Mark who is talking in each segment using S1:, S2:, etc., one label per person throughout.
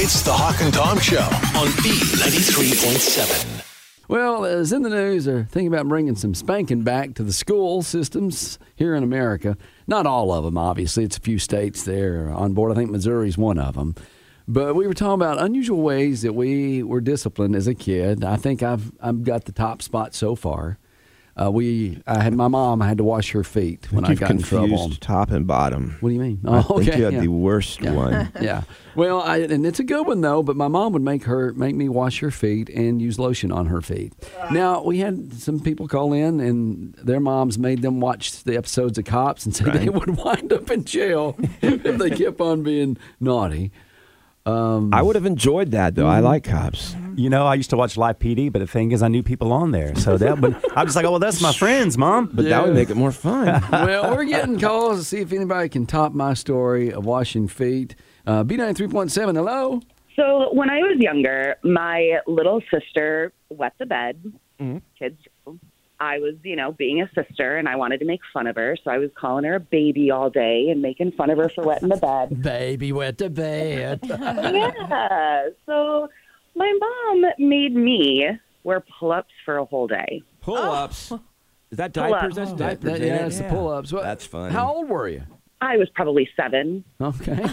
S1: It's the Hawk and Tom Show on B93.7.
S2: Well, as in the news, they're thinking about bringing some spanking back to the school systems here in America. Not all of them, obviously. It's a few states there on board. I think Missouri's one of them. But we were talking about unusual ways that we were disciplined as a kid. I think I've I've got the top spot so far. Uh, we I had my mom. I had to wash her feet when I
S3: You've
S2: got in
S3: confused
S2: trouble.
S3: top and bottom.
S2: What do you mean?
S3: I
S2: Oh,
S3: think
S2: okay,
S3: you had
S2: yeah.
S3: the worst one.
S2: yeah. Well, I, and it's a good one though. But my mom would make her make me wash her feet and use lotion on her feet. Now we had some people call in, and their moms made them watch the episodes of Cops and say they would wind up in jail if they kept on being naughty. Mm.
S3: I would have enjoyed that though.
S2: Mm-hmm.
S3: I like cops.
S4: You know, I used to watch Live PD, but the thing is, I knew people on there, so that would I'm just like, oh, well, that's my friends, mom.
S3: But
S4: But
S3: that
S2: Yeah.
S3: would make it more fun.
S2: well, we're getting calls to see if anybody can top my story of washing feet. Uh, B93.7, hello?
S5: So when I was younger, my little sister wet the bed. Kids, do. I was, you know, being a sister, and I wanted to make fun of her, so I was calling her a baby all day and making fun of her for wetting the bed.
S2: Baby wet the bed.
S5: yeah. So my mom made me wear pull-ups for a whole day.
S3: Pull ups. Is that
S5: diapers? That's
S2: Oh, That, that, yeah, that's the pull ups.
S3: That's funny.
S2: How old were you?
S5: I was probably seven.
S2: Okay.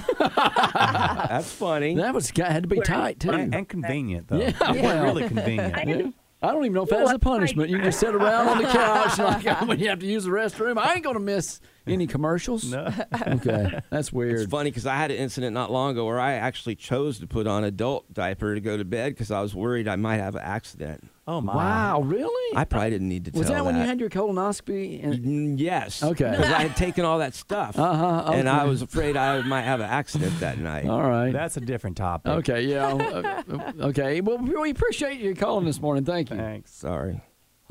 S3: That's funny.
S2: that was had to be tight, too.
S4: and, and convenient though.
S2: Yeah,
S4: It's
S2: well.
S4: really convenient.
S2: I don't even know if that's a punishment. You can just sit around on the couch like, when you have to use the restroom. I ain't going to miss any commercials. No. Okay, that's
S3: It's
S2: weird.
S3: funny because I had an incident not long ago where I actually chose to put on adult diaper to go to bed because I was worried I might have an accident.
S4: Oh my!
S2: Wow, really?
S3: I probably didn't need to
S2: was
S3: tell
S2: that when you had your colonoscopy? And,
S3: Mm, Yes.
S2: Okay.
S3: Because I had taken all that stuff,
S2: Uh-huh,
S3: and I
S2: okay. Oh.
S3: was afraid I might have an accident that night.
S2: all right.
S4: That's a different topic.
S2: Okay, yeah. uh, okay. Well, we appreciate you calling this morning. Thank you.
S4: Thanks.
S3: Sorry.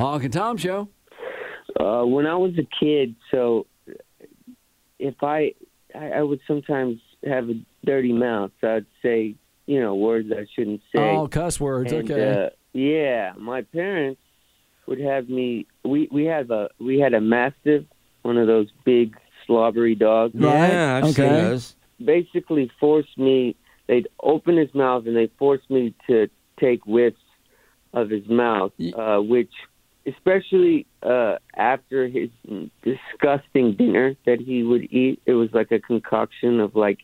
S2: Hawk and Tom Show.
S6: Uh, when I was a kid, so if I, I, I would sometimes have a dirty mouth. So I'd say, you know, words I shouldn't say.
S2: Oh, cuss words.
S6: And,
S2: okay.
S6: Uh, yeah, my parents would have me. We we have a we had a mastiff, one of those big slobbery dogs.
S2: Right.
S3: Yeah, I've seen
S2: Okay.
S3: those.
S6: Basically, forced me. They'd open his mouth and they forced me to take whiffs of his mouth,
S2: Ye-
S6: uh, which, especially uh, after his disgusting dinner that he would eat, it was like a concoction of like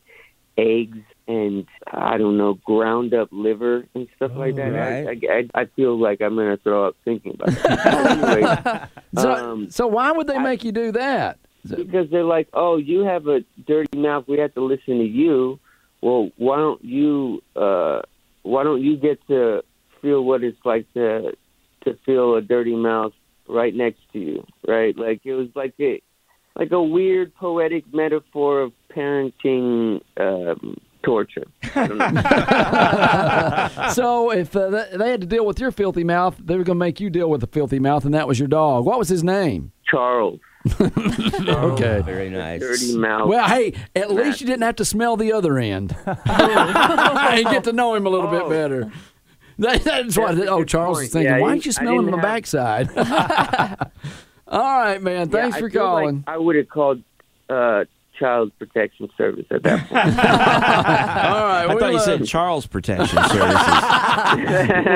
S6: eggs and I don't know, ground up liver and stuff like that. I- I, I, I feel like I'm gonna throw up thinking about it. Anyway,
S2: so,
S6: uh, um,
S2: so why would they make you do that?
S6: because they're like, "Oh, you have a dirty mouth. We have to listen to you." Well, why don't you? Uh, why don't you get to feel what it's like to to feel a dirty mouth right next to you? Right? Like it was like a like a weird poetic metaphor of parenting um, torture. I don't know.
S2: so if uh, th- they had to deal with your filthy mouth, they were going to make you deal with the filthy mouth, and that was your dog. What was his name?
S6: Charles,
S2: Okay.
S3: Very nice.
S6: dirty mouth.
S2: Well, hey, at least you didn't have to smell the other end and get to know him a little bit better. That- that's what.
S6: Oh. That's a
S2: Oh,
S6: good
S2: Charles
S6: point.
S2: is thinking.
S6: Yeah,
S2: why
S6: you-
S2: aren't you
S6: I
S2: smelling
S6: didn't
S2: the
S6: have-
S2: backside? All right, man.
S6: Yeah,
S2: Thanks
S6: I
S2: for
S6: feel like
S2: calling.
S6: I would have called uh, Child Protection Service at that point.
S2: All right,
S3: I
S2: we
S3: thought you
S2: love,
S3: said Charles Protection Services.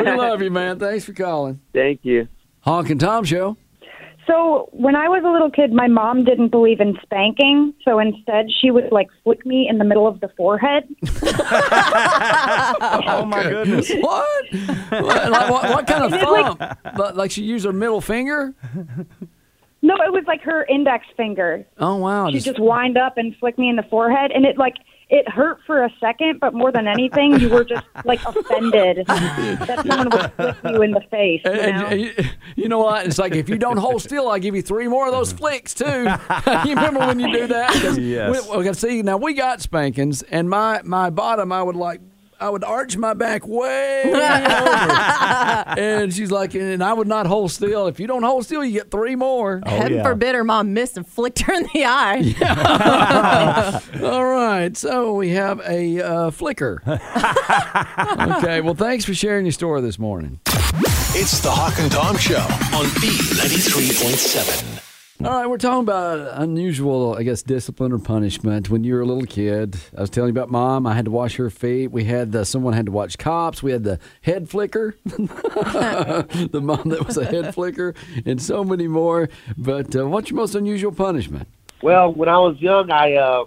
S2: we love you, man. Thanks for calling.
S6: Thank you.
S2: Honk and Tom Show.
S7: So when I was a little kid, my mom didn't believe in spanking, so instead she would like flick me in the middle of the forehead.
S4: Oh my goodness!
S2: What? what, like, what, what kind of thumb? Like, like she used her middle finger?
S7: No, it was like her index finger.
S2: Oh wow!
S7: She'd just wind up and flick me in the forehead, and it like it hurt for a second, but more than anything, you were just like offended that someone would flick you in the face. You
S2: And-
S7: know?
S2: and you, you know what? It's like if you don't hold still, I'll give you three more of those flicks too. you remember when you do that? 'Cause
S4: Yes.
S2: We, okay. See, now we got spankings, and my my bottom, I would like. I would arch my back way, way over. and she's like, and I would not hold still. If you don't hold still, you get three more.
S8: Heaven
S4: yeah.
S8: forbid her mom missed and flicked her in the eye.
S2: All right, so we have a uh, flicker. okay, well, thanks for sharing your story this morning.
S1: It's the Hawk and Tom Show on B93.7.
S2: All right, we're talking about unusual, I guess, discipline or punishment. When you were a little kid, I was telling you about mom. I had to wash her feet. We had the, someone had to watch cops. We had the head flicker, the mom that was a head flicker, and so many more. But uh, what's your most unusual punishment?
S9: Well, when I was young, I uh,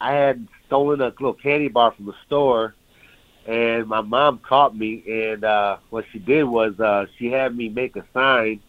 S9: I had stolen a little candy bar from the store, and my mom caught me. And uh, what she did was uh, she had me make a sign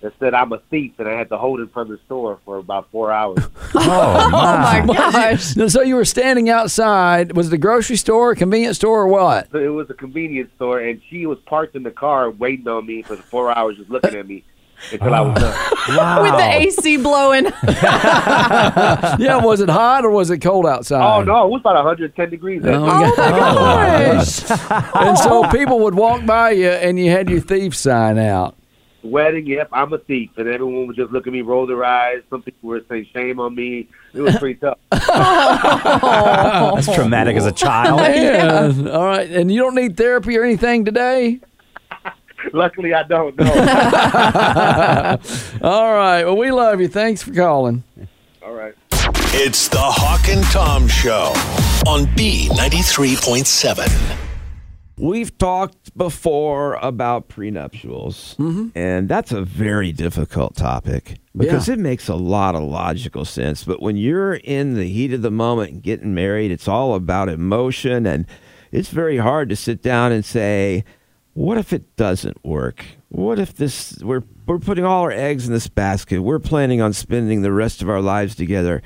S9: that said "I'm a thief," and I had to hold it from the store for about four hours.
S4: Oh,
S8: my gosh.
S2: No, So you were standing outside. Was it a grocery store, a convenience store, or what?
S9: So it was a convenience store, and she was parked in the car waiting on me for the four hours, just looking at me until I was done.
S4: wow.
S8: With the AC blowing.
S2: yeah, was it hot or was it cold outside?
S9: Oh no, it was about 110 degrees.
S2: Oh,
S9: actually.
S2: yeah.
S8: Gosh.
S2: and so people would walk by you and you had your thief sign out.
S9: Wedding, yep, I'm a thief, and everyone was just looking at me, roll their eyes. Some people were saying shame on me. It was pretty tough.
S4: That's traumatic as a child.
S2: Yeah. All right. And you don't need therapy or anything today?
S9: Luckily, I don't know.
S2: All right. Well, we love you. Thanks for calling.
S9: All right.
S1: It's the Hawk and Tom Show on B93.7.
S3: We've talked before about prenuptials, and that's a very difficult topic because it makes a lot of logical sense. But when you're in the heat of the moment and getting married, it's all about emotion, and it's very hard to sit down and say, "What if it doesn't work? What if this we're we're putting all our eggs in this basket? We're planning on spending the rest of our lives together."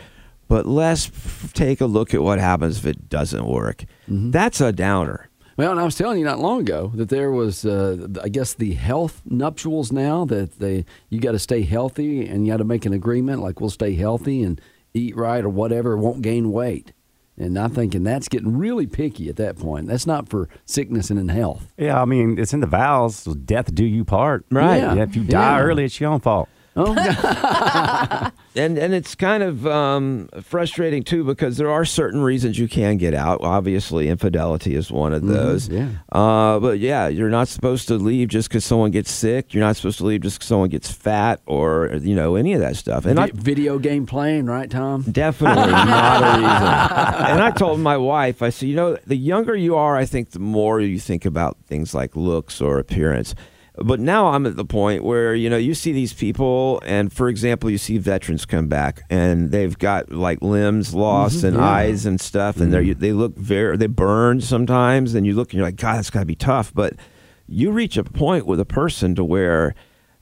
S3: But let's f- take a look at what happens if it doesn't work. That's a downer.
S2: Well, and I was telling you not long ago that there was, uh, I guess, the health nuptials now that they you got to stay healthy and you got to make an agreement like we'll stay healthy and eat right or whatever, won't gain weight. And I'm thinking that's getting really picky at that point. That's not for sickness and in health.
S4: Yeah, I mean, it's in the vows. so Death do you part.
S2: Right.
S4: Yeah, if you die
S2: Yeah.
S4: early, it's your own fault.
S2: Oh,
S3: and and it's kind of um, frustrating too because there are certain reasons you can get out. Obviously, infidelity is one of those.
S2: yeah.
S3: Uh, but yeah, you're not supposed to leave just because someone gets sick. You're not supposed to leave just because someone gets fat or you know any of that stuff. And I
S2: Vi- video game playing, right, Tom?
S3: Definitely not a reason. And I told my wife, I said, you know, the younger you are, I think the more you think about things like looks or appearance. But now I'm at the point where, you know, you see these people, and for example, you see veterans come back and they've got like limbs lost and eyes and stuff, and they're, they look very, they burn sometimes, and you look and you're like, God, that's got to be tough. But you reach a point with a person to where,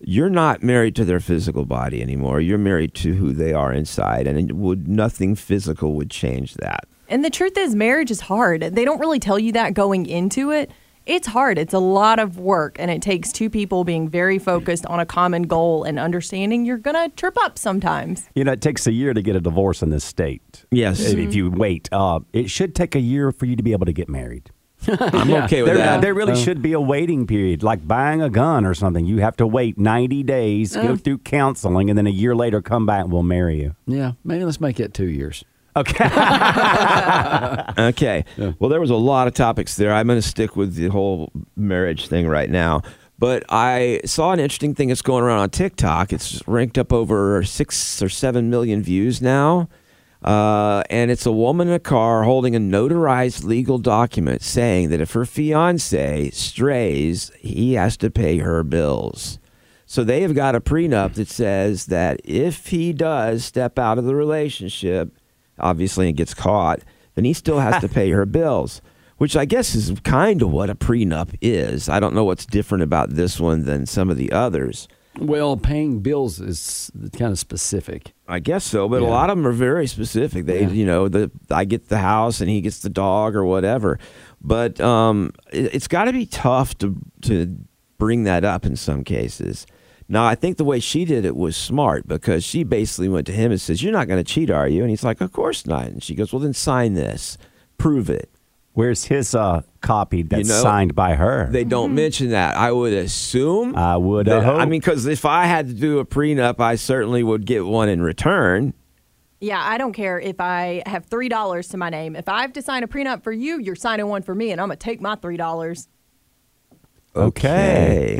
S3: you're not married to their physical body anymore. You're married to who they are inside, and it would nothing physical would change that.
S8: And the truth is, marriage is hard. They don't really tell you that going into it. It's hard. It's a lot of work, and it takes two people being very focused on a common goal and understanding you're going to trip up sometimes.
S4: You know, it takes a year to get a divorce in this state.
S3: Yes.
S4: If, if you wait, uh, it should take a year for you to be able to get married.
S3: I'm okay with
S4: There,
S3: that.
S4: there really should be a waiting period, like buying a gun or something. You have to wait 90 days,
S3: Oh.
S4: go through counseling, and then a year later come back and we'll marry you.
S2: Yeah, maybe let's make it two years.
S4: Okay.
S3: Okay. Well, there was a lot of topics there. I'm going to stick with the whole marriage thing right now. But I saw an interesting thing that's going around on TikTok. It's ranked up over six or seven million views now. Uh, and it's a woman in a car holding a notarized legal document saying that if her fiance strays, he has to pay her bills. So they have got a prenup that says that if he does step out of the relationship, obviously and gets caught, then he still has to pay her bills, which I guess is kind of what a prenup is. I don't know what's different about this one than some of the others.
S2: Well, paying bills is kind of specific.
S3: I guess so, but a lot of them are very specific. They, you know, the I get the house and he gets the dog or whatever. But um, it, it's got to be tough to to bring that up in some cases. Now, I think the way she did it was smart because she basically went to him and says, "You're not going to cheat, are you?" And he's like, "Of course not." And she goes, "Well, then sign this, prove it."
S4: Where's his uh, copy that's
S3: know,
S4: signed by her?
S3: They don't mention that. I would assume.
S4: I would
S3: that-
S4: hope.
S3: I mean, because if I had to do a prenup, I certainly would get one in return.
S8: Yeah, I don't care if I have $3 to my name. If I have to sign a prenup for you, you're signing one for me, and I'm going to take my $3.
S3: Okay.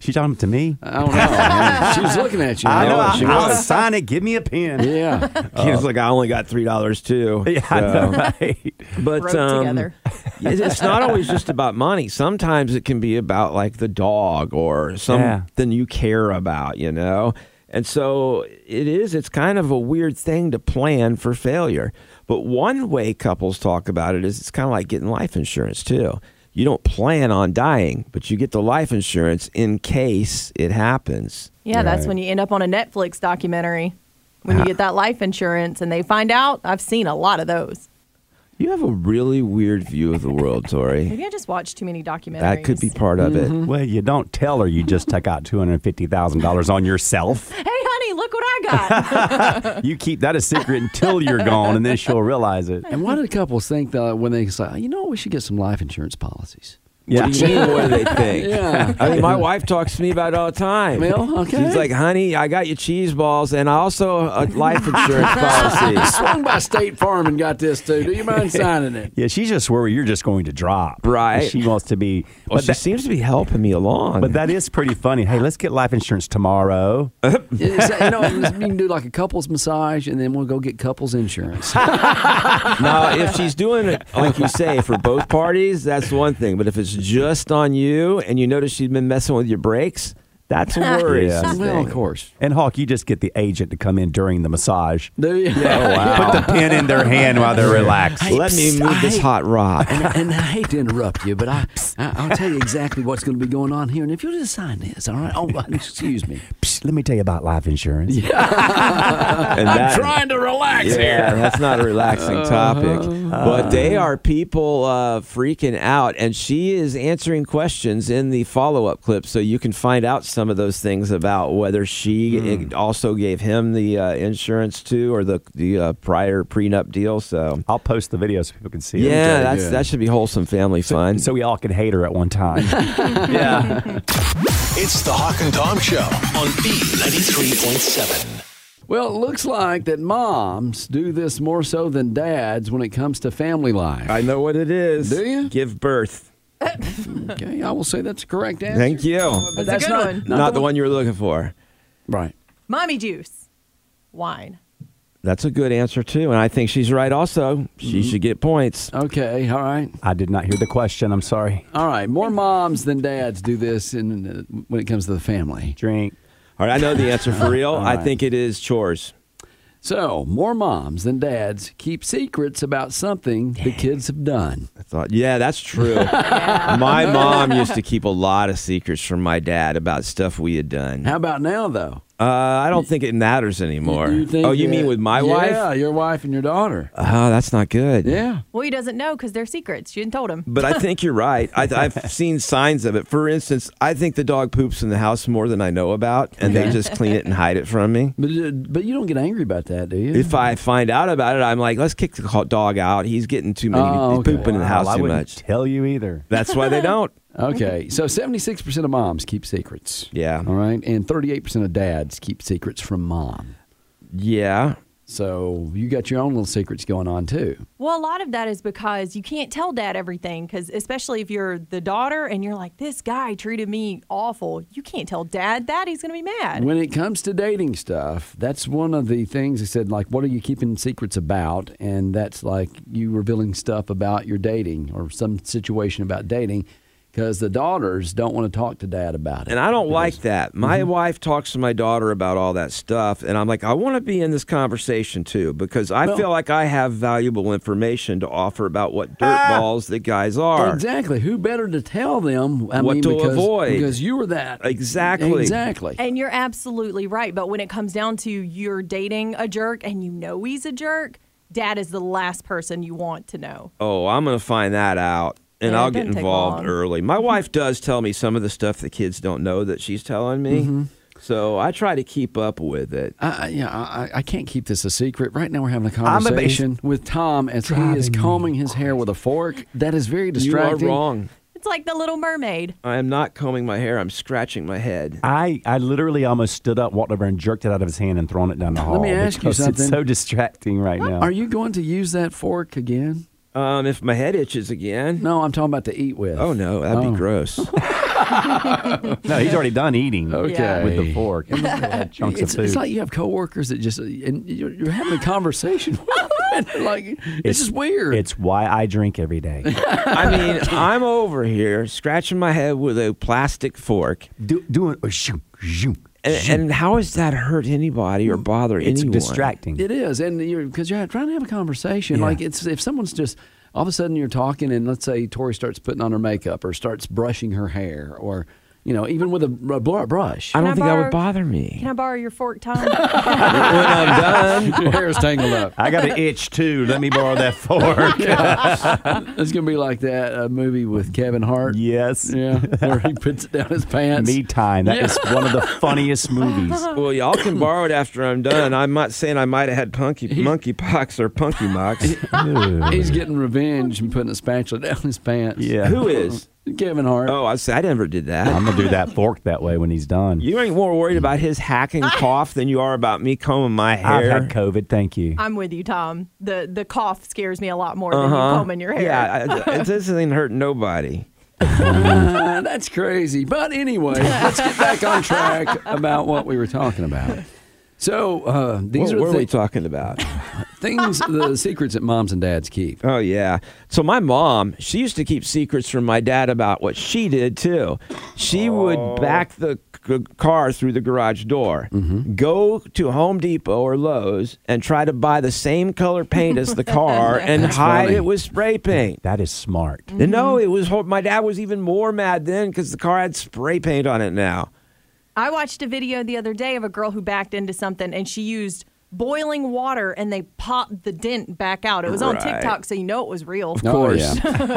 S4: She talking to me?
S2: I don't know. man. she was looking at you.
S4: I know.
S2: she
S4: I, will
S2: was.
S4: sign it. Give me a pen.
S2: Yeah.
S3: Keenan's like, I only got three dollars too.
S4: Uh, Yeah, I know, right?
S3: but
S8: Wrote
S3: um,
S8: together.
S3: it- it's not always just about money. Sometimes it can be about like the dog or
S4: Yeah.
S3: something you care about, you know. And so it is. It's kind of a weird thing to plan for failure. But one way couples talk about it is it's kind of like getting life insurance too. You don't plan on dying, but you get the life insurance in case it happens.
S8: Yeah, that's when you end up on a Netflix documentary when you get that life insurance and they find out. I've seen a lot of those.
S3: You have a really weird view of the world, Tori.
S8: Maybe I just watched too many documentaries.
S3: that could be part of it.
S4: Well, you don't tell her you just took out two hundred fifty thousand dollars on yourself.
S8: Hey, honey, look what I got.
S4: You keep that a secret until you're gone, and then she'll realize it.
S2: And why did couples think that when they say, you know, we should get some life insurance policies?
S4: Yeah.
S3: What do you mean? What do they think?
S2: Yeah.
S3: I mean, my wife talks to me about it all the time.
S2: Well, okay.
S3: She's like, honey, I got you cheese balls and also a life insurance policy.
S2: Swung by State Farm and got this too. Do you mind signing it?
S4: Yeah, she's just worried you're just going to drop.
S3: Right.
S4: She wants to be.
S3: Well,
S4: but,
S3: she
S4: that,
S3: seems to be helping me along.
S4: but that is pretty funny. Hey, let's get life insurance tomorrow.
S2: It's- you know, you can do like a couples massage, and then we'll go get couples insurance.
S3: now, if she's doing it, like you say, for both parties, that's one thing. But if it's just on you and you notice she's been messing with your brakes, that's a worrisome
S4: Yeah.
S3: thing.
S2: well, of course.
S4: And Hawk, you just get the agent to come in during the massage.
S2: Do you?
S4: Put the pin in their hand while they're relaxed.
S3: Let me
S2: Psst,
S3: move this
S2: I-
S3: hot rock.
S2: And, and I hate to interrupt you, but I, I I'll tell you exactly what's going to be going on here, and if you'll just sign this, all right? Oh, excuse me.
S4: Psh, let me tell you about life insurance.
S3: And that-
S2: to relax
S3: Yeah, Uh-huh. that's not a relaxing topic. but they are people uh, freaking out, and she is answering questions in the follow-up clip, so you can find out some of those things about whether she i- also gave him the uh, insurance too, or the the uh, prior prenup deal. So
S4: I'll post the video so people can see it.
S3: yeah, that's that should be wholesome family fun.
S4: So we all can hate her at one time.
S3: yeah.
S1: It's the Hawk and Tom Show on B93.7.
S2: Well, it looks like that moms do this more so than dads when it comes to family life.
S3: I know what it is.
S2: Do you?
S3: give birth?
S2: okay, I will say that's the correct answer.
S3: Thank you.
S2: But
S8: That's a
S2: that's
S8: good
S2: not,
S8: one.
S3: Not, the one you were looking for.
S2: Right.
S8: Mommy juice, wine.
S3: That's a good answer too, and I think she's right. Also, she should get points.
S2: Okay, all right.
S4: I did not hear the question. I'm sorry.
S2: All right. More moms than dads do this in, uh, when it comes to the family.
S4: Drink.
S3: All right, I know the answer for real. I think it is chores.
S2: So, more moms than dads keep secrets about something the kids have done.
S3: I thought, yeah, that's true. My mom used to keep a lot of secrets from my dad about stuff we had done. Uh,
S2: How about now, though?
S3: I don't think it matters anymore.
S2: Do you think
S3: oh, you
S2: that-
S3: mean with my
S2: Yeah,
S3: wife?
S2: your wife and your daughter.
S3: Oh, that's not good.
S2: Yeah.
S8: Well, he doesn't know because they're secrets. She didn't told him.
S3: But I think you're right. I, I've seen signs of it. For instance, I think the dog poops in the house more than I know about, and they just clean it and hide it from me.
S2: But, uh, but you don't get angry about that, do you?
S3: If I find out about it, I'm like, let's kick the ho- dog out. He's getting too many.
S2: Oh,
S3: He's
S2: okay.
S3: pooping in the house
S4: I
S3: too
S4: wouldn't
S3: much.
S4: tell you either.
S3: That's why they don't.
S2: Okay, so 76% of moms keep secrets.
S3: Mm-hmm. Yeah.
S2: All right, and 38% of dads keep secrets from mom.
S3: Yeah.
S2: So you got your own little secrets going on too.
S8: Well, a lot of that is because you can't tell dad everything, because especially if you're the daughter and you're like, this guy treated me awful. You can't tell dad that. He's going to be mad.
S2: When it comes to dating stuff, that's one of the things I said, like, what are you keeping secrets about? And that's like you revealing stuff about your dating or some situation about dating because the daughters don't want to talk to dad about it.
S3: And I don't like that. My
S8: Mm-hmm.
S3: wife talks to my daughter about all that stuff, and I'm like, I want to be in this conversation too because I feel like I have valuable information to offer about what
S8: Ah!
S3: dirtballs the guys are.
S2: Exactly. Who better to tell them? I
S3: What
S2: mean,
S3: to
S2: because,
S3: avoid.
S2: Because you were that.
S3: Exactly.
S2: Exactly.
S8: And you're absolutely right. But when it comes down to you're dating a jerk and you know he's a jerk, dad is the last person you want to know.
S3: Oh, I'm going to find that out. And
S8: Yeah, it
S3: I'll get
S8: doesn't take
S3: involved
S8: long. Mm-hmm.
S3: early. My wife does tell me some of the stuff the kids don't know that she's telling me.
S8: Mm-hmm.
S3: So I try to keep up with it.
S2: I, I- yeah, I, I- I can't keep this a secret. Right now, we're having a
S4: I'm a bas-
S2: conversation with Tom as he is combing his hair with a fork. That is very
S3: You are
S2: distracting.
S3: wrong.
S8: It's like the Little Mermaid.
S3: I am not combing my hair. I'm scratching my head.
S4: I, I literally almost stood up, walked over, and jerked it out of his hand and thrown it down the hall.
S2: me ask you
S4: because
S2: something.
S4: It's so distracting right now.
S2: Are you going to use that fork again?
S3: Um, if my head itches again.
S2: No, I'm talking about to eat with.
S3: Oh no, that'd
S2: Oh.
S3: be gross.
S4: No, he's already done eating.
S2: Okay.
S4: With the fork. chunks
S2: It's,
S4: of food.
S2: it's like you have coworkers that just and you're, you're having a conversation. with them. like this is weird.
S4: it's why I drink every day.
S3: I mean, I'm over here scratching my head with a plastic fork.
S4: Do, doing shoo, shoo,
S3: And,
S4: shoo.
S3: and how does that hurt anybody or bother
S4: it's
S3: anyone?
S4: distracting.
S2: It is, and you're because you're trying to have a conversation.
S4: Yeah.
S2: Like it's if someone's just all of a sudden you're talking, and let's say Tori starts putting on her makeup or starts brushing her hair, or you know, even with a, br- br- brush,
S3: I
S8: Can
S3: don't
S8: I
S3: think that
S8: borrow-
S3: would bother me.
S8: Can I borrow your fork, Tom?
S3: when I'm done,
S2: your hair is tangled up.
S4: I got an itch too. Let me borrow that fork.
S2: It's gonna be like that uh, movie with Kevin Hart.
S4: yes.
S2: Yeah, where he puts it down his pants.
S4: Me time. That is one of the funniest movies.
S3: well, y'all can borrow it after I'm done. I'm not saying I might have had punky, monkey pox or punky mox.
S2: He's getting revenge and putting a spatula down his pants.
S4: Yeah.
S3: Who is?
S2: Kevin Hart.
S3: Oh, I say I never did that.
S4: I'm gonna do that fork that way when he's done.
S3: you ain't more worried about his hacking cough than you are about me combing my
S4: I've
S3: hair.
S4: had COVID. Thank you.
S8: I'm with you, Tom. The the cough scares me a lot more than you
S3: Uh-huh.
S8: combing your hair.
S3: Yeah, I, I- this ain't hurting nobody.
S2: Uh, that's crazy. But anyway, let's get back on track about what we were talking about. So uh, these
S3: what were
S2: are
S3: we
S2: the thi-
S3: talking about?
S2: things, the secrets that moms and dads keep.
S3: Oh yeah. So my mom, she used to keep secrets from my dad about what she did too. She would back the c- car through the garage door, go to Home Depot or Lowe's, and try to buy the same color paint as the car and hide
S2: funny.
S3: it with spray paint.
S4: That is smart.
S3: And No, it was hor- my dad was even more mad then because the car had spray paint on it now.
S8: I watched a video the other day of a girl who backed into something and she used boiling water and they popped the dent back out. It was on
S3: Right.
S8: TikTok, so you know it was real.
S2: Of Oh,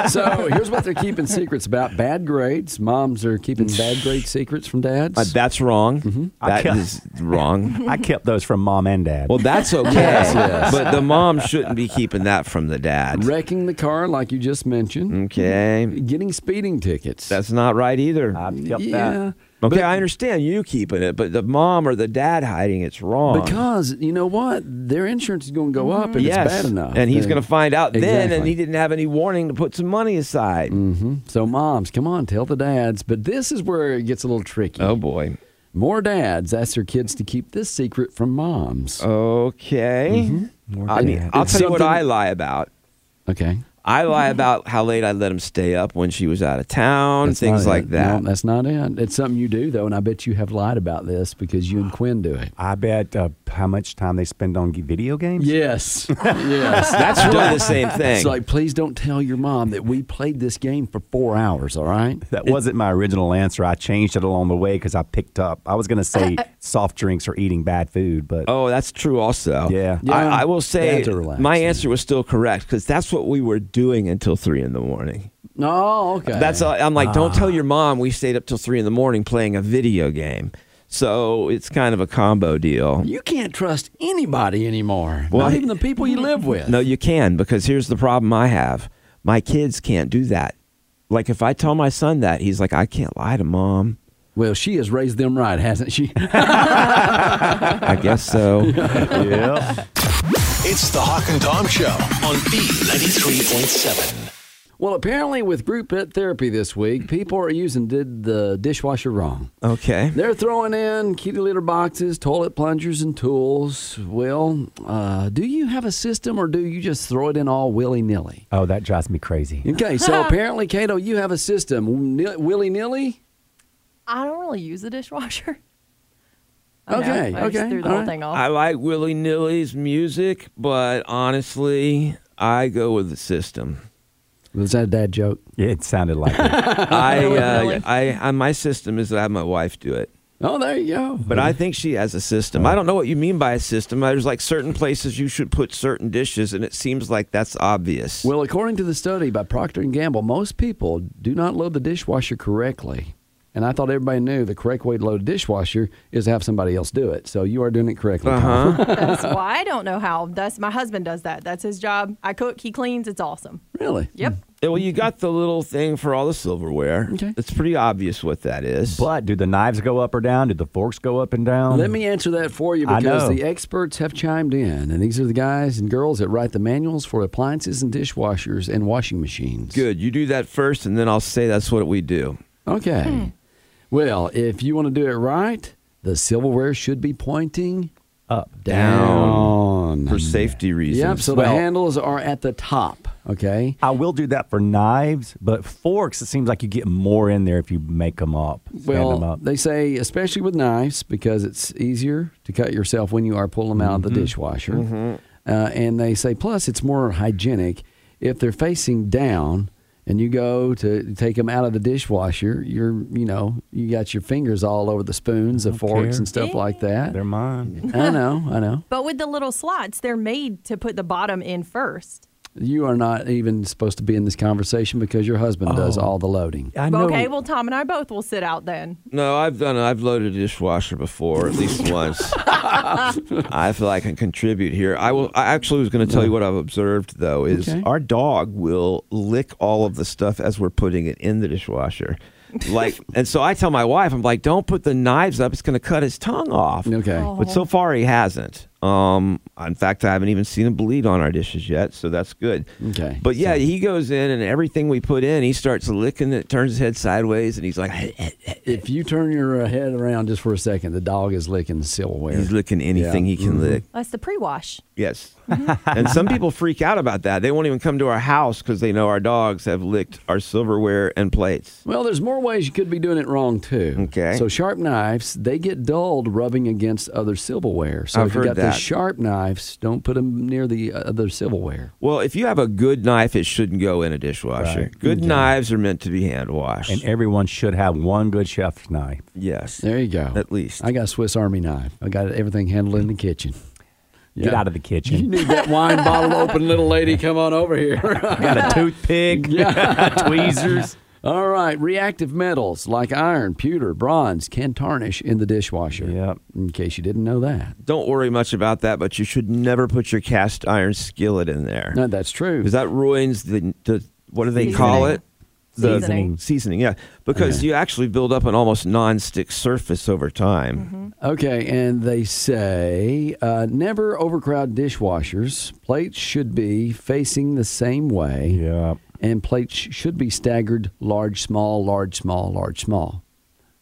S2: so here's what they're keeping secrets about: bad grades. Moms are keeping bad grade secrets from dads.
S3: Uh, that's wrong. That
S4: ca-
S3: is wrong.
S4: I kept those from mom and dad.
S3: Well, that's okay. But the mom shouldn't be keeping that from the dad.
S2: Wrecking the car, like you just mentioned.
S3: Okay.
S2: Getting speeding tickets.
S3: Mm. That's not right either.
S4: I kept
S2: yeah.
S4: that.
S3: okay, I understand you keeping it, but the mom or the dad hiding it's wrong.
S2: Because you know what, their insurance is going to go up, and
S3: yes,
S2: it's bad enough.
S3: and he's
S2: They-
S3: going to find out then, and
S2: Exactly. Mm.
S3: he didn't have any warning to put some money aside.
S2: So, moms, come on, tell the dads. But this is where it gets a little tricky.
S3: Oh boy.
S2: More dads ask their kids to keep this secret from moms.
S3: Okay.
S2: Mm-hmm.
S3: I mean, I'll
S2: It's
S3: tell you what
S2: something- Mm-hmm.
S3: I lie about. Oh.
S2: okay.
S3: I lie about how late I let him stay up when she was out of town,
S2: That's
S3: things
S2: not
S3: like
S2: it.
S3: that.
S2: No, that's not it. It's something you do, though, and I bet you have lied about this because you and Quinn do it.
S4: I bet uh, how much time they spend on g- video games.
S2: Yes. yes.
S3: That's really the same thing.
S2: It's like, please don't tell your mom that we played this game for four hours, all right?
S4: That wasn't my original answer. I changed it along the way because I picked up. I was gonna say soft drinks or eating bad food, but
S3: Oh, that's true also.
S4: Yeah.
S2: Yeah.
S3: I, I will say
S2: Dads are relaxed,
S3: my
S2: yeah.
S3: answer was still correct because that's what we were doing until three in the morning.
S2: No, okay.
S3: That's all, I'm like, don't tell your mom we stayed up till three in the morning playing a video game. So it's kind of a combo deal.
S2: You can't trust anybody anymore,
S3: Well,
S2: not even the people you live with.
S3: No, you can because here's the problem I have. My kids can't do that. Like if I tell my son that, he's like, I can't lie to mom.
S2: Well, she has raised them right, hasn't she?
S3: I guess so.
S4: yeah.
S1: It's the Hawk and Tom Show on B93.7.
S2: Well, apparently, with group pet therapy this week, people are using did the dishwasher wrong.
S3: Okay.
S2: They're throwing in kitty litter boxes, toilet plungers, and tools. Well, uh, do you have a system or do you just throw it in all willy nilly?
S4: Oh, that drives me crazy.
S2: Okay, so apparently, Cato, you have a system willy nilly.
S8: I don't really use the dishwasher. I know.
S2: Okay,
S8: I
S2: okay,
S8: just threw the
S2: all
S8: whole
S2: right.
S8: thing off.
S3: I like Willy Nilly's music, but honestly, I go with the system.
S2: Was that a dad joke?
S4: It sounded like it.
S3: I, uh,
S8: Really?
S3: I, I, my system is to have my wife do it.
S2: Oh, there you go.
S3: But I think she has a system. I don't know what you mean by a system. There's like certain places you should put certain dishes, and it seems like that's obvious.
S2: Well, according to the study by Procter and Gamble, most people do not load the dishwasher correctly. And I thought everybody knew the correct way to load a dishwasher is to have somebody else do it. So you are doing it correctly. Tom.
S8: That's why I don't know how. That's my husband does that. That's his job. I cook, he cleans, it's awesome.
S2: Really?
S8: Yep.
S3: Yeah, Well, you got the little thing for all the silverware.
S2: Okay.
S3: It's pretty obvious what that is.
S4: But do the knives go up or down? Do the forks go up and down?
S2: Let me answer that for you
S4: I
S2: because
S4: know.
S2: the experts have chimed in, and these are the guys and girls that write the manuals for appliances and dishwashers and washing machines.
S3: Good. You do that first, and then I'll say that's what we do.
S2: Okay. Well, if you want to do it right, the silverware should be pointing
S4: up.
S2: down.
S3: For safety reasons.
S2: Yep, so the
S4: Well-
S2: handles are at the top, okay?
S4: I will do that for knives, but forks. It seems like you get more in there if you make them up. Stand them
S2: Well,
S4: up.
S2: they say, especially with knives, because it's easier to cut yourself when you are pulling them out of the
S4: Mm-hmm.
S2: dishwasher. Uh, and they say, plus, it's more hygienic if they're facing down and you go to take them out of the dishwasher. You're, you know, you got your fingers all over the spoons, the forks,
S4: care.
S2: and stuff like that.
S4: They're mine.
S2: I know, I know.
S8: But with the little slots, they're made to put the bottom in first.
S2: You are not even supposed to be in this conversation because your husband
S4: Oh.
S2: does all the loading.
S4: I know.
S8: Okay, well, Tom and I both will sit out then.
S3: No, I've done. I've loaded a dishwasher before, at least once. I feel I can contribute here. I will. I actually was going to tell you what I've observed though is
S2: Okay.
S3: our dog will lick all of the stuff as we're putting it in the dishwasher. Like, and so I tell my wife, I'm like, don't put the knives up. It's going to cut his tongue off.
S2: Okay.
S3: But so far, he hasn't. Um, in fact, I haven't even seen him bleed on our dishes yet, so that's good.
S2: Okay.
S3: But yeah, he goes in, and everything we put in, he starts licking it, turns his head sideways, and he's like,
S2: If you turn your uh, head around just for a second, the dog is licking the silverware.
S3: he's licking anything he can
S2: Mm-hmm.
S3: lick.
S8: That's the pre wash.
S3: Yes. and some people freak out about that. They won't even come to our house because they know our dogs have licked our silverware and plates.
S2: Well, there's more ways you could be doing it wrong too.
S3: Okay.
S2: So sharp knives, they get dulled rubbing against other silverware. So
S3: I've
S2: if you
S3: heard
S2: got
S3: that.
S2: the sharp knives, don't put them near the uh, other silverware.
S3: Well, if you have a good knife, it shouldn't go in a dishwasher. Good knives are meant to be hand washed.
S4: and everyone should have one good chef's knife.
S3: yes.
S2: There you go.
S3: At least.
S2: I got a Swiss Army knife. I got everything handled in the kitchen.
S4: Get out of the
S2: You
S4: kitchen.
S2: need that wine bottle open, little lady. Come on over here.
S4: Got a toothpick, tweezers.
S2: All right. Reactive metals like iron, pewter, bronze can tarnish in the dishwasher.
S4: Yep.
S2: In case you didn't know that.
S3: Don't worry much about that, but you should never put your cast iron skillet in there.
S2: No, that's true.
S3: because that ruins the, the what do they call
S8: Seasoning.
S3: it? The
S8: Seasoning.
S3: Seasoning, yeah. Because you actually build up an almost non-stick surface over time.
S2: Okay, and they say uh, never overcrowd dishwashers. Plates should be facing the same way,
S4: Yeah.
S2: and plates sh- should be staggered large, small, large, small, large, small.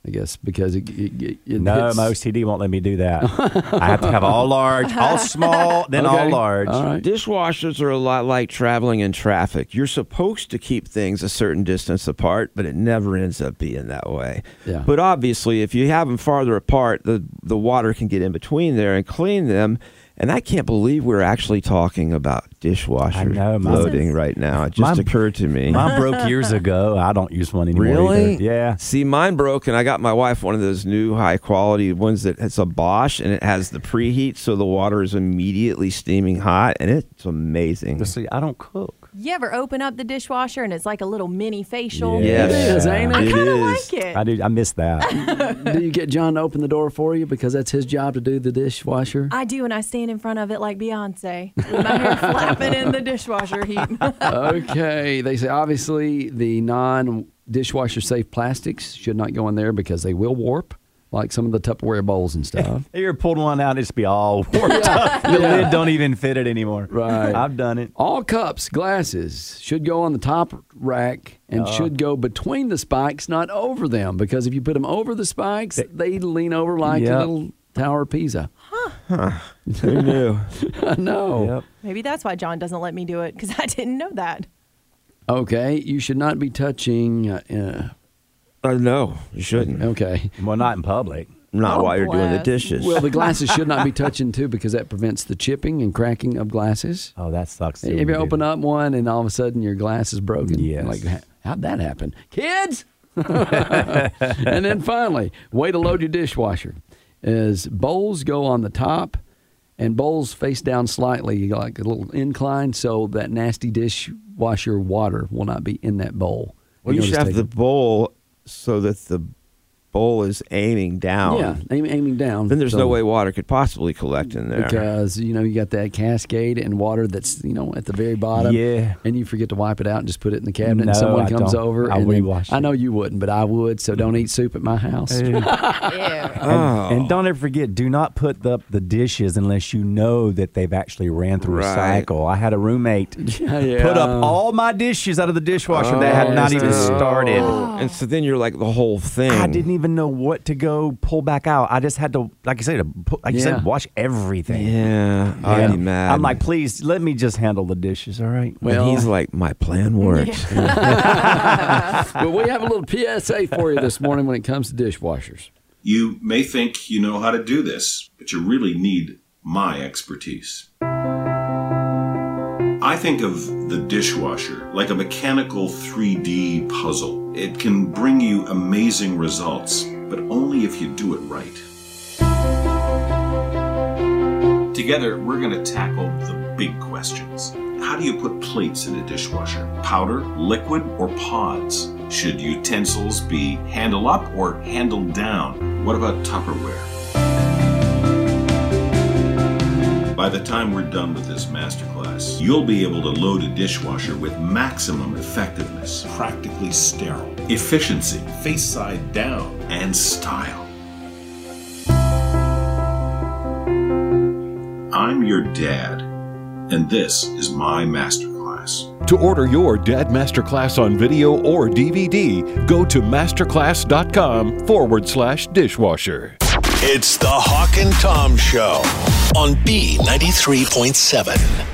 S2: I guess because it, it, it- it
S4: No,
S2: hits-
S4: my OCD won't let me do that. I have to have all large, all small, then all
S2: Okay,
S4: large.
S2: All right.
S3: Dishwashers are a lot like traveling in traffic. You're supposed to keep things a certain distance apart, but it never ends up being that way.
S2: Yeah.
S3: But obviously, if you have them farther apart, the, the water can get in between there and clean them. And I can't believe we're actually talking about dishwasher
S4: know, my-
S3: loading right now. It just
S4: My-
S3: occurred to me.
S4: Mine broke years ago. I don't use one anymore.
S3: Really?
S4: either. Yeah.
S3: See, mine broke, and I got my wife one of those new high quality ones that it's a Bosch, and it has the preheat, so the water is immediately steaming hot, and it's amazing.
S4: See, I don't cook.
S8: You ever open up the dishwasher and it's like a little mini facial?
S3: Yes.
S2: It is, ain't
S8: I
S2: it?
S3: It
S8: kind of
S3: is.
S8: like it.
S4: I do. I miss that.
S2: Do you get John to open the door for you because that's his job to do the dishwasher?
S8: I do, and I stand in front of it like Beyonce with my hair flapping in the dishwasher heap.
S2: okay, they say obviously the non dishwasher safe plastics should not go in there because they will warp, like some of the Tupperware bowls and stuff.
S4: you ever pulled one out, it's be all warped up. The lid don't even fit it anymore.
S2: Right.
S4: I've done it.
S2: All cups, glasses should go on the top rack and
S4: Uh-huh.
S2: should go between the spikes, not over them, because if you put them over the spikes, they lean over like a
S4: Yep.
S2: little Tower of Pisa.
S3: Who knew?
S2: no.
S4: Yep.
S8: Maybe that's why John doesn't let me do it because I didn't know that.
S2: Okay, you should not be touching. Uh,
S3: Uh, no, you shouldn't.
S2: uh, okay.
S4: Well, not in public.
S3: Not
S8: Oh,
S3: while you're doing the
S8: bless.
S3: dishes.
S2: Well, the glasses should not be touching too, because that prevents the chipping and cracking of glasses.
S4: Oh, that sucks.
S2: If you open up one and all of a sudden your glass is broken,
S4: Yes.
S2: like "Ha- how'd that happen, kids? and then finally, way to load your dishwasher is bowls go on the top and bowls face down slightly, you got like a little incline, so that nasty dishwasher water will not be in that bowl.
S3: Well, you
S2: know,
S3: should
S2: just
S3: have
S2: take
S3: the
S2: it.
S3: bowl so that the bowl is aiming down,
S2: yeah, aim, aiming down.
S3: then there's
S2: So-
S3: no way water could possibly collect in there.
S2: because you know you got that cascade and water that's you know at the very bottom.
S4: Yeah.
S2: and you forget to wipe it out and just put it in the cabinet.
S4: No,
S2: and someone
S4: I
S2: comes
S4: don't.
S2: over.
S4: I
S2: and then-
S4: rewash
S2: I
S4: it.
S2: know you wouldn't, but I would. So don't eat soup at my house.
S8: Ew.
S3: Oh.
S4: And don't ever forget, do not put up the dishes unless you know that they've actually ran through a
S3: Right.
S4: cycle. I had a roommate
S2: yeah.
S4: put up all my dishes out of the dishwasher that had not even
S3: Oh.
S4: started.
S3: And so then you're like the whole thing.
S4: I didn't even know what to go pull back out. I just had to, like you said, to pu- like you
S2: Yeah.
S4: said, wash everything.
S3: Yeah,
S4: e- Yeah.
S3: I'd be mad.
S4: I'm like, please let me just handle the dishes, all right?
S3: and he's like, my plan works.
S2: but we have a little PSA for you this morning when it comes to dishwashers.
S10: You may think you know how to do this, but you really need my expertise. I think of the dishwasher like a mechanical 3D puzzle. It can bring you amazing results, but only if you do it right. Together, we're going to tackle the big questions. How do you put plates in a dishwasher? Powder, liquid, or pods? Should utensils be handle up or handle down? What about Tupperware? By the time we're done with this masterclass, you'll be able to load a dishwasher with maximum effectiveness, practically sterile, efficiency, face side down, and style. I'm your dad, and this is my masterclass.
S1: To order your Dad Masterclass on video or DVD, go to masterclass.com forward slash dishwasher.
S11: It's the Hawk and Tom Show.
S1: On B93.7.